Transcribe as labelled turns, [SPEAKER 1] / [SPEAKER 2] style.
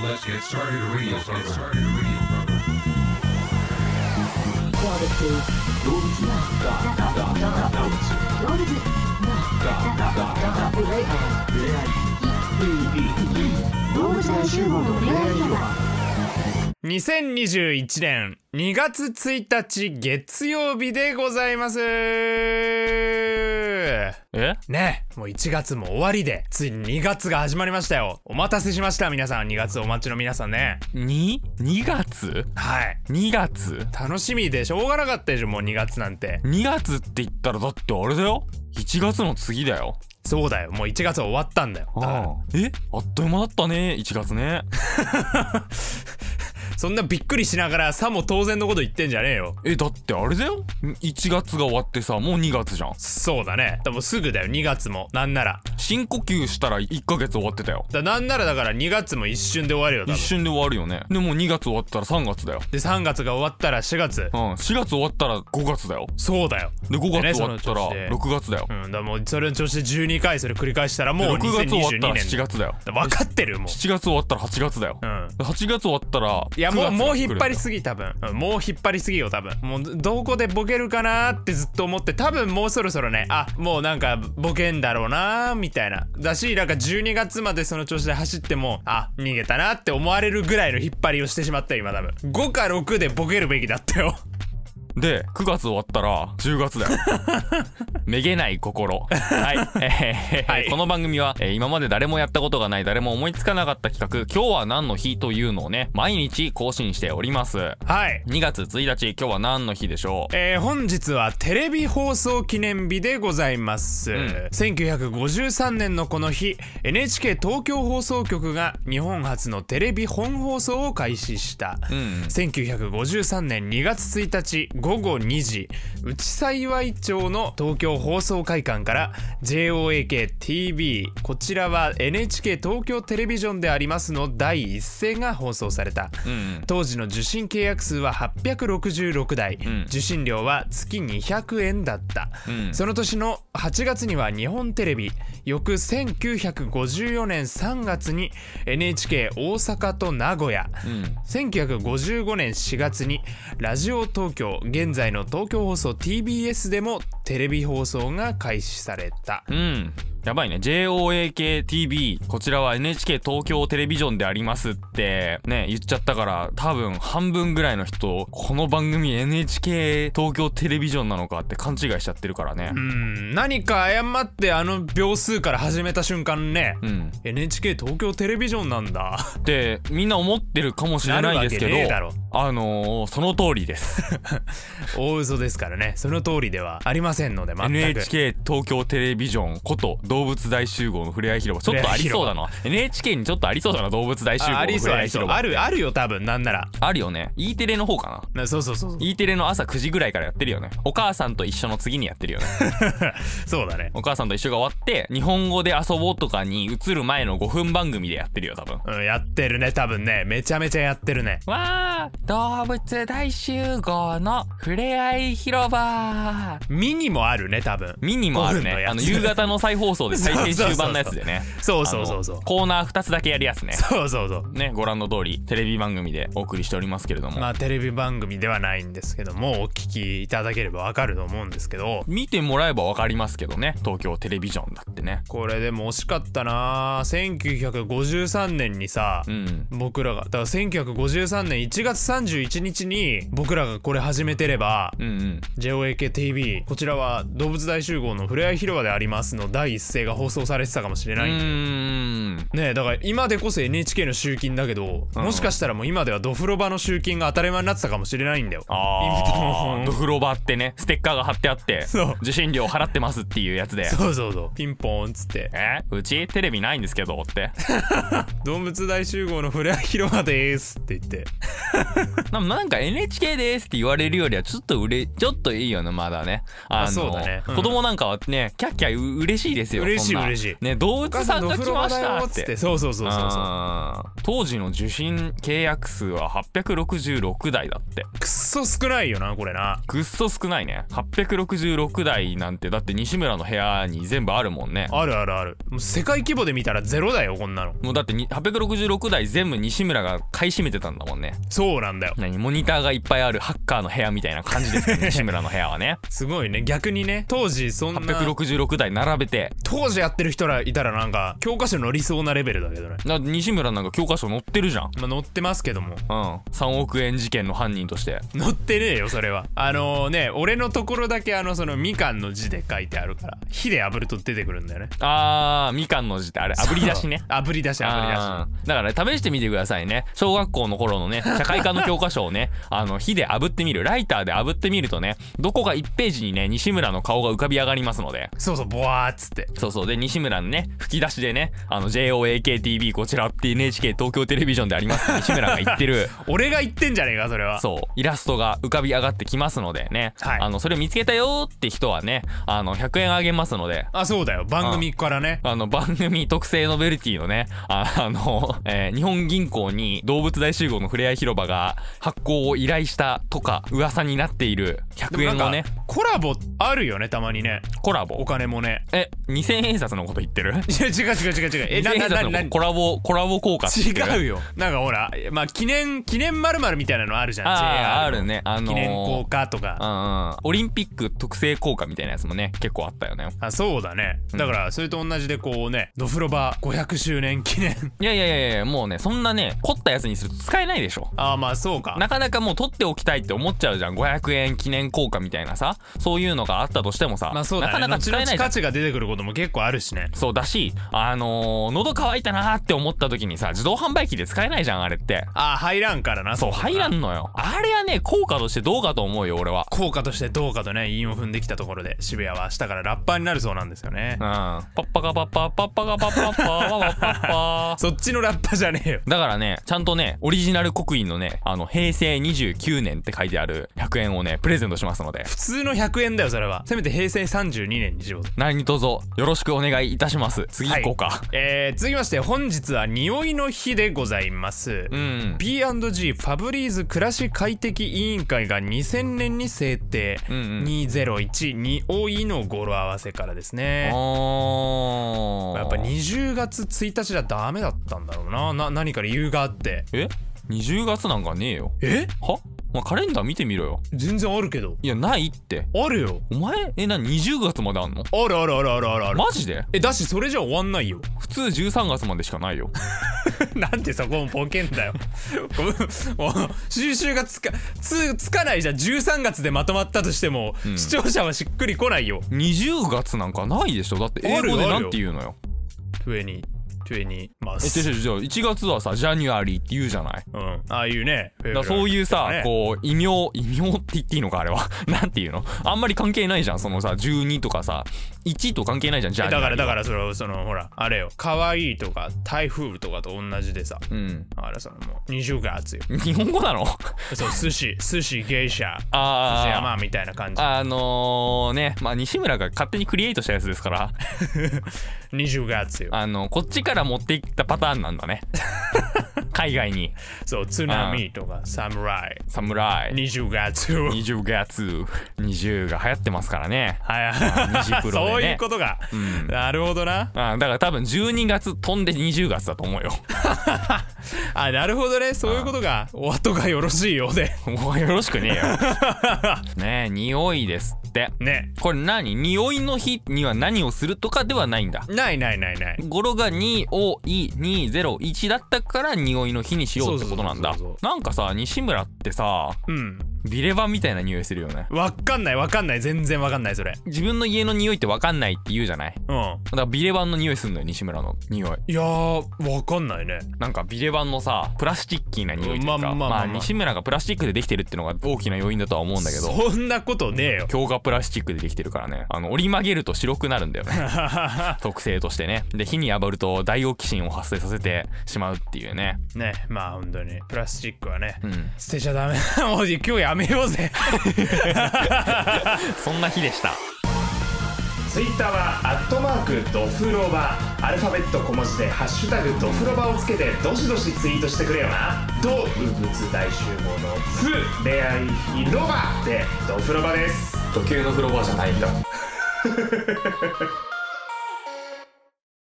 [SPEAKER 1] Let's get started radio program. Let's
[SPEAKER 2] Quality.
[SPEAKER 1] get started radio program.
[SPEAKER 3] 動物な動物
[SPEAKER 2] Quality.
[SPEAKER 3] 触れ合い動物大集合の恋愛広場
[SPEAKER 4] 2021年2月1日月曜日でございます
[SPEAKER 5] え
[SPEAKER 4] ねえもう1月も終わりでついに2月が始まりましたよお待たせしました皆さん2月お待ちの皆さんね
[SPEAKER 5] に ?2 月
[SPEAKER 4] はい
[SPEAKER 5] ?2 月
[SPEAKER 4] 楽しみでしょうがなかったでしょもう2月なんて
[SPEAKER 5] ?2 月って言ったらだってあれだよ ?1 月の次だよ。
[SPEAKER 4] そうだよもう1月終わったんだよだから
[SPEAKER 5] えあっという間だったね、1月ね。
[SPEAKER 4] そんなびっくりしながらさも当然のこと言ってんじゃねえよ
[SPEAKER 5] え、だってあれだよ ?1 月が終わってさ、もう2月じゃん。
[SPEAKER 4] そうだねでもすぐだよ2月もなんなら
[SPEAKER 5] 深呼吸したら1ヶ月終わってたよ。
[SPEAKER 4] だなんならだから2月も一瞬で終わるよ多
[SPEAKER 5] 一
[SPEAKER 4] 分
[SPEAKER 5] 瞬で終わるよね。でも2月終わったら3月だよ。
[SPEAKER 4] で3月が終わったら4月
[SPEAKER 5] うん、4月終わったら5月だよ。
[SPEAKER 4] そうだよ
[SPEAKER 5] で、5
[SPEAKER 4] ね
[SPEAKER 5] 月終わったら
[SPEAKER 4] その調子で
[SPEAKER 5] 6月だよ
[SPEAKER 4] う。ん、だからもうそれの調子で12回それ繰り返したらもう
[SPEAKER 5] 6月終わった
[SPEAKER 4] 2022
[SPEAKER 5] ら7
[SPEAKER 4] 年
[SPEAKER 5] 月だよ。
[SPEAKER 4] だ分かってるよも
[SPEAKER 5] 7月終わったら8月だよ
[SPEAKER 4] う。う。ん
[SPEAKER 5] 8月終わったら
[SPEAKER 4] いやもう
[SPEAKER 5] 9月が来るん
[SPEAKER 4] も
[SPEAKER 5] だよ
[SPEAKER 4] う引っ張りすぎ多分うんもう引っ張りすぎよ多分もうどこでボケるかなーってずっと思って多分もうそろそろねあもうなんかボケんだろうなーみたいなだしなんか12月までその調子で走ってもあ逃げたなって思われるぐらいの引っ張りをしてしまったよ今多分5か6でボケるべきだったよ
[SPEAKER 5] で9月終わったら10月 だよめげない心はい、えー
[SPEAKER 4] はい
[SPEAKER 5] この番組 は、えー今まで誰もやったことがない誰も思いつかなかった企画「今日は何の日?」というのをね毎日更新しております
[SPEAKER 4] はい
[SPEAKER 5] 2月1日今日は何の日でしょう
[SPEAKER 4] えー本日はテレビ放送記念日でございます、
[SPEAKER 5] ん
[SPEAKER 4] 1953年のこの日 NHK 東京放送局が日本初のテレビ本放送を開始した、
[SPEAKER 5] ん
[SPEAKER 4] 1953年2月1日午後2時内幸町の東京放送会館から JOAKTV こちらは NHK 東京テレビジョンでありますの第一声が放送された、
[SPEAKER 5] うん
[SPEAKER 4] 当時の受信契約数は866台、
[SPEAKER 5] ん
[SPEAKER 4] 受信料は月200円だった、
[SPEAKER 5] うん
[SPEAKER 4] その年の8月には日本テレビ翌1954年3月に NHK 大阪と名古屋、
[SPEAKER 5] うん
[SPEAKER 4] 1955年4月にラジオ東京現在の東京放送 TBS でもテレビ放送が開始された
[SPEAKER 5] うんやばいね JOAKTV こちらは NHK 東京テレビジョンでありますってね言っちゃったから多分半分ぐらいの人この番組 NHK 東京テレビジョンなのかって勘違いしちゃってるからね
[SPEAKER 4] うん何か誤ってあの秒数から始めた瞬間ね、
[SPEAKER 5] うん、
[SPEAKER 4] NHK 東京テレビジョンなんだ
[SPEAKER 5] ってみんな思ってるかもしれないですけ
[SPEAKER 4] なるわけねえだ
[SPEAKER 5] ど
[SPEAKER 4] ろ
[SPEAKER 5] あのー、その通りです
[SPEAKER 4] 大嘘ですからねその通りではありませんので全く
[SPEAKER 5] NHK 東京テレビジョンこと動物大集合のふれあい広場ちょっとありそうだな NHK にちょっとありそうだな動物大集合
[SPEAKER 4] ああ
[SPEAKER 5] の
[SPEAKER 4] り
[SPEAKER 5] ふ
[SPEAKER 4] そう
[SPEAKER 5] れ
[SPEAKER 4] あ
[SPEAKER 5] あい
[SPEAKER 4] りそう
[SPEAKER 5] 広場
[SPEAKER 4] あるあるよ多分なんなら
[SPEAKER 5] あるよね E テレの方かな
[SPEAKER 4] なそうそうそうそう
[SPEAKER 5] E テレの朝9時ぐらいからやってるよねお母さんと一緒の次にやってるよね
[SPEAKER 4] そうだね
[SPEAKER 5] お母さんと一緒が終わって日本語で遊ぼうとかに移る前の5分番組でやってるよ多分
[SPEAKER 4] うんやってるね多分ねめちゃめちゃやってるね
[SPEAKER 5] わー動物大集合のふれあい広場
[SPEAKER 4] ミニもあるね多分
[SPEAKER 5] ミニもある
[SPEAKER 4] 5分の
[SPEAKER 5] ね
[SPEAKER 4] やつ
[SPEAKER 5] あの夕方の再放送で最編集版のやつでね
[SPEAKER 4] そうそうそうそう
[SPEAKER 5] あのコーナー2つだけやるやつね
[SPEAKER 4] そうそうそう
[SPEAKER 5] ねご覧の通りテレビ番組でお送りしておりますけれども、
[SPEAKER 4] まあテレビ番組ではないんですけどもお聞きいただければわかると思うんですけど
[SPEAKER 5] 見てもらえばわかりますけどね東京テレビジョンだってね
[SPEAKER 4] これでも惜しかったなぁ1953年にさ、
[SPEAKER 5] うん
[SPEAKER 4] 僕らがだから1953年1月31日に僕らがこれ始めてれば
[SPEAKER 5] うんうん
[SPEAKER 4] JOAKTV こちらは動物大集合のふれあい広場でありますの第一声が放送されてたかもしれ
[SPEAKER 5] う
[SPEAKER 4] ない、
[SPEAKER 5] ーん
[SPEAKER 4] ねえだから今でこそ NHK の集金だけど、
[SPEAKER 5] うん
[SPEAKER 4] もしかしたらもう今ではドフロバの集金が当たり前になってたかもしれないんだよ
[SPEAKER 5] あ
[SPEAKER 4] ピンポン
[SPEAKER 5] あドフロバってねステッカーが貼ってあって
[SPEAKER 4] そう
[SPEAKER 5] 受信料払ってますっていうやつで
[SPEAKER 4] そうそうそうピンポンっつって
[SPEAKER 5] えうちテレビないんですけどって
[SPEAKER 4] 「動物大集合のふれあい広場でーす」って言って
[SPEAKER 5] ななんか NHK ですって言われるよりはちょっとうれちょっといいよねまだねあの
[SPEAKER 4] あそうだねうん
[SPEAKER 5] 子供なんかはねキャッキャう嬉しいですよ
[SPEAKER 4] 嬉しい
[SPEAKER 5] そんな
[SPEAKER 4] 嬉しい
[SPEAKER 5] ね動
[SPEAKER 4] お母さ
[SPEAKER 5] 物さ
[SPEAKER 4] ん
[SPEAKER 5] ん
[SPEAKER 4] のお
[SPEAKER 5] が
[SPEAKER 4] 風
[SPEAKER 5] 来
[SPEAKER 4] 呂場
[SPEAKER 5] まし
[SPEAKER 4] だ
[SPEAKER 5] た
[SPEAKER 4] よっ
[SPEAKER 5] っ
[SPEAKER 4] つっててそうそうそうそうそ
[SPEAKER 5] あー当時の受信契約数は866台だって
[SPEAKER 4] うくっそ少ないよなこれな
[SPEAKER 5] ぐっそ少ないね866台なんてだって西村の部屋に全部あるもんね
[SPEAKER 4] あるあるあるもう世界規模で見たらゼロだよこんなの
[SPEAKER 5] もうだってに866台全部西村が買い占めてたんだもんね
[SPEAKER 4] そうなんだよ
[SPEAKER 5] 何モニターがいっぱいあるハッカーの部屋みたいな感じですけ ど西村の部屋はね
[SPEAKER 4] すごいね逆にね当時そんな
[SPEAKER 5] 866台並べて
[SPEAKER 4] 当時やってる人らいたらなんか教科書の理想なレベルだけどね
[SPEAKER 5] だって西村なんか教科書載ってるじゃん
[SPEAKER 4] まあ載ってますけども
[SPEAKER 5] うん3億円事件の犯人として
[SPEAKER 4] 載ってねえよそれはあのね俺のところだけあのそのみかんの字で書いてあるから火で炙ると出てくるんだよね
[SPEAKER 5] あーみかんの字ってあれ炙り出しね
[SPEAKER 4] 炙り出し炙り出し
[SPEAKER 5] あーだから、ね、試してみてくださいね小学校の頃の ね社会科の教科書をねあの火で炙ってみるライターで炙ってみるとねどこか1ページにね西村の顔が浮かび上がりますので
[SPEAKER 4] そうそうボワーっつって
[SPEAKER 5] そうそうで西村のね吹き出しでねあの JOAKTV こちらって NHK 東京テレビジョンでありますっ て西村が言ってる
[SPEAKER 4] 俺が言ってんじゃねえかそれは
[SPEAKER 5] そうイラストが浮かび上がってきますのでね、
[SPEAKER 4] はい
[SPEAKER 5] あのそれを見つけたよーって人はねあの100円あげますので
[SPEAKER 4] あそうだよ番組からね
[SPEAKER 5] あの番組特製ノベルティのねあ あの、えー日本銀行に動物大集合のふれあい広場が発行を依頼したとか噂になっている100
[SPEAKER 4] でも
[SPEAKER 5] 円
[SPEAKER 4] な
[SPEAKER 5] の
[SPEAKER 4] ん
[SPEAKER 5] ね
[SPEAKER 4] かコラボあるよねたまにね
[SPEAKER 5] コラ
[SPEAKER 4] お
[SPEAKER 5] ボ
[SPEAKER 4] 金もね
[SPEAKER 5] え2000円札のこと言ってる
[SPEAKER 4] いや違う違う違う違うえな
[SPEAKER 5] 2000
[SPEAKER 4] な
[SPEAKER 5] 円札
[SPEAKER 4] な
[SPEAKER 5] の
[SPEAKER 4] な
[SPEAKER 5] コラボコラボ効果って言ってる
[SPEAKER 4] 違うよなんかほらまあ記念記念まるみたいなのあるじゃん
[SPEAKER 5] あー
[SPEAKER 4] JR
[SPEAKER 5] あるねあのー
[SPEAKER 4] 記念硬貨と
[SPEAKER 5] う
[SPEAKER 4] か
[SPEAKER 5] んうんオリンピック特製効果みたいなやつもね結構あったよね
[SPEAKER 4] あそうだねだからそれと同じでこうねドフロバ500周年記念
[SPEAKER 5] いやいやいやいやもうねそんなね凝ったやつにすると使えないでしょ
[SPEAKER 4] ああまあそうか
[SPEAKER 5] なかなかもう取っておきたいって思っちゃうじゃん500円記念効果みたいなさそういうのがあったとしてもさ、
[SPEAKER 4] まあそうだね
[SPEAKER 5] なかなか使え
[SPEAKER 4] 後々
[SPEAKER 5] ないじゃん
[SPEAKER 4] 価値が出てくることも結構あるしね
[SPEAKER 5] そうだしあのー喉乾いたなーって思った時にさ自動販売機で使えないじゃんあれって
[SPEAKER 4] ああ入らんからな
[SPEAKER 5] そう入ら
[SPEAKER 4] ん
[SPEAKER 5] んのよあれはね効果としてどうかと思うよ俺は
[SPEAKER 4] 効果としてどうかとね韻を踏んできたところで渋谷は明日からラッパーになるそうなんですよね
[SPEAKER 5] うんパッパカパッパパッパカパッパッパパパッパ
[SPEAKER 4] そっちのラッパじゃねえよ
[SPEAKER 5] だからね、ちゃんとね、オリジナル刻印のね、あの、平成29年って書いてある100円をね、プレゼントしますので、
[SPEAKER 4] 普通の100円だよそれはせめて平成32年にしよう
[SPEAKER 5] 何卒よろしくお願いいたします。次行こうか。
[SPEAKER 4] えー、続きまして本日は匂いの日でございます、
[SPEAKER 5] うん。
[SPEAKER 4] B&G ファブリーズ暮らし快適委員会が2000年に制定、
[SPEAKER 5] うんうん
[SPEAKER 4] 201匂いの語呂合わせからです
[SPEAKER 5] あ
[SPEAKER 4] ね
[SPEAKER 5] ー
[SPEAKER 4] やっぱ20月1日じゃダメだったんだろうなな何か理由があって
[SPEAKER 5] え ?20 月なんかねえよ。
[SPEAKER 4] え
[SPEAKER 5] はまあ、カレンダー見てみろよ。
[SPEAKER 4] 全然あるけど
[SPEAKER 5] いや、ないって。
[SPEAKER 4] あるよ
[SPEAKER 5] お前え、な、20月まであんの
[SPEAKER 4] あるあるあるあるあるある
[SPEAKER 5] マジで
[SPEAKER 4] えだしそれじゃ終わんないよ
[SPEAKER 5] 普通13月までしかないよ。
[SPEAKER 4] なんでそこもボケんだよ もう収集がつかつつかないじゃん13月でまとまったとしても、
[SPEAKER 5] ん
[SPEAKER 4] 視聴者はしっくり来ないよ
[SPEAKER 5] 20月なんかないでしょだって英語でなんて言うのよ。
[SPEAKER 4] 2020まあ
[SPEAKER 5] え、違う違う違う。1月はさ、ジャニュアリーって言うじゃない。
[SPEAKER 4] うん、ああいうね
[SPEAKER 5] だからそういうさ、
[SPEAKER 4] ね
[SPEAKER 5] こう異名異名って言っていいのかあれは なんていうのあんまり関係ないじゃんそのさ12とかさ1と関係ないじゃんじゃ
[SPEAKER 4] え
[SPEAKER 5] あ
[SPEAKER 4] だからだからそのそのほらあれよ可愛いとか台風とかと同じでさ
[SPEAKER 5] うん
[SPEAKER 4] あれそのもう20月よ
[SPEAKER 5] 日本語なの
[SPEAKER 4] そう寿司寿司芸者寿司
[SPEAKER 5] あ
[SPEAKER 4] 山みたいな感
[SPEAKER 5] あ
[SPEAKER 4] じ
[SPEAKER 5] あのー、ねまあ西村が勝手にクリエイトしたやつですから
[SPEAKER 4] 20月よ
[SPEAKER 5] あのこっちから持っていったパターンなん だね海外に
[SPEAKER 4] そう津波とか侍
[SPEAKER 5] 侍
[SPEAKER 4] 20月よ
[SPEAKER 5] 20月20が流行ってますからね
[SPEAKER 4] はい
[SPEAKER 5] 虹黒でね
[SPEAKER 4] そういうことが、なるほどな
[SPEAKER 5] あーだから多分12月飛んで20月だと思うよ
[SPEAKER 4] あなるほどねそういうことがお後がよろしいようで
[SPEAKER 5] もうよろしくねえ よねえ匂いですって
[SPEAKER 4] ね
[SPEAKER 5] これ何匂いの日には何をするとかではないんだ
[SPEAKER 4] ないないないない
[SPEAKER 5] 語呂が2を201だったから匂いの日にしようってことなんだ
[SPEAKER 4] そうそうそうそう
[SPEAKER 5] なんかさ西村ってさ
[SPEAKER 4] うん
[SPEAKER 5] ビレバンみたいな匂いするよね
[SPEAKER 4] わかんないわかんない全然わかんないそれ
[SPEAKER 5] 自分の家の匂いって分かんないって言うじゃない
[SPEAKER 4] うん
[SPEAKER 5] だからビレバンの匂いすんのよ西村の匂い
[SPEAKER 4] いやーわかんないね
[SPEAKER 5] なんかビレバンのさプラスチッキーな匂いという
[SPEAKER 4] ま
[SPEAKER 5] か、ま
[SPEAKER 4] あ
[SPEAKER 5] あ
[SPEAKER 4] まあまあまあ
[SPEAKER 5] 西村がプラスチックでできてるってのが大きな要因だとは思うんだけど
[SPEAKER 4] そんなことねえよ
[SPEAKER 5] 強化プラスチックでできてるからねあの折り曲げると白くなるんだよね特性としてねで火に炙るとダイオキシンを発生させてしまうっていうね
[SPEAKER 4] ねまあ本当にプラスチックはね、
[SPEAKER 5] うん
[SPEAKER 4] 捨てちゃダメ もう今日やめようぜ
[SPEAKER 5] そんな日でした
[SPEAKER 4] ツイッターはアットマークドフロバアルファベット小文字で「ハッシュタグドフロバ」をつけてどしどしツイートしてくれよなド物大集合の「フ」恋愛広場でドフロバです
[SPEAKER 5] 時計の風呂場じゃないんだ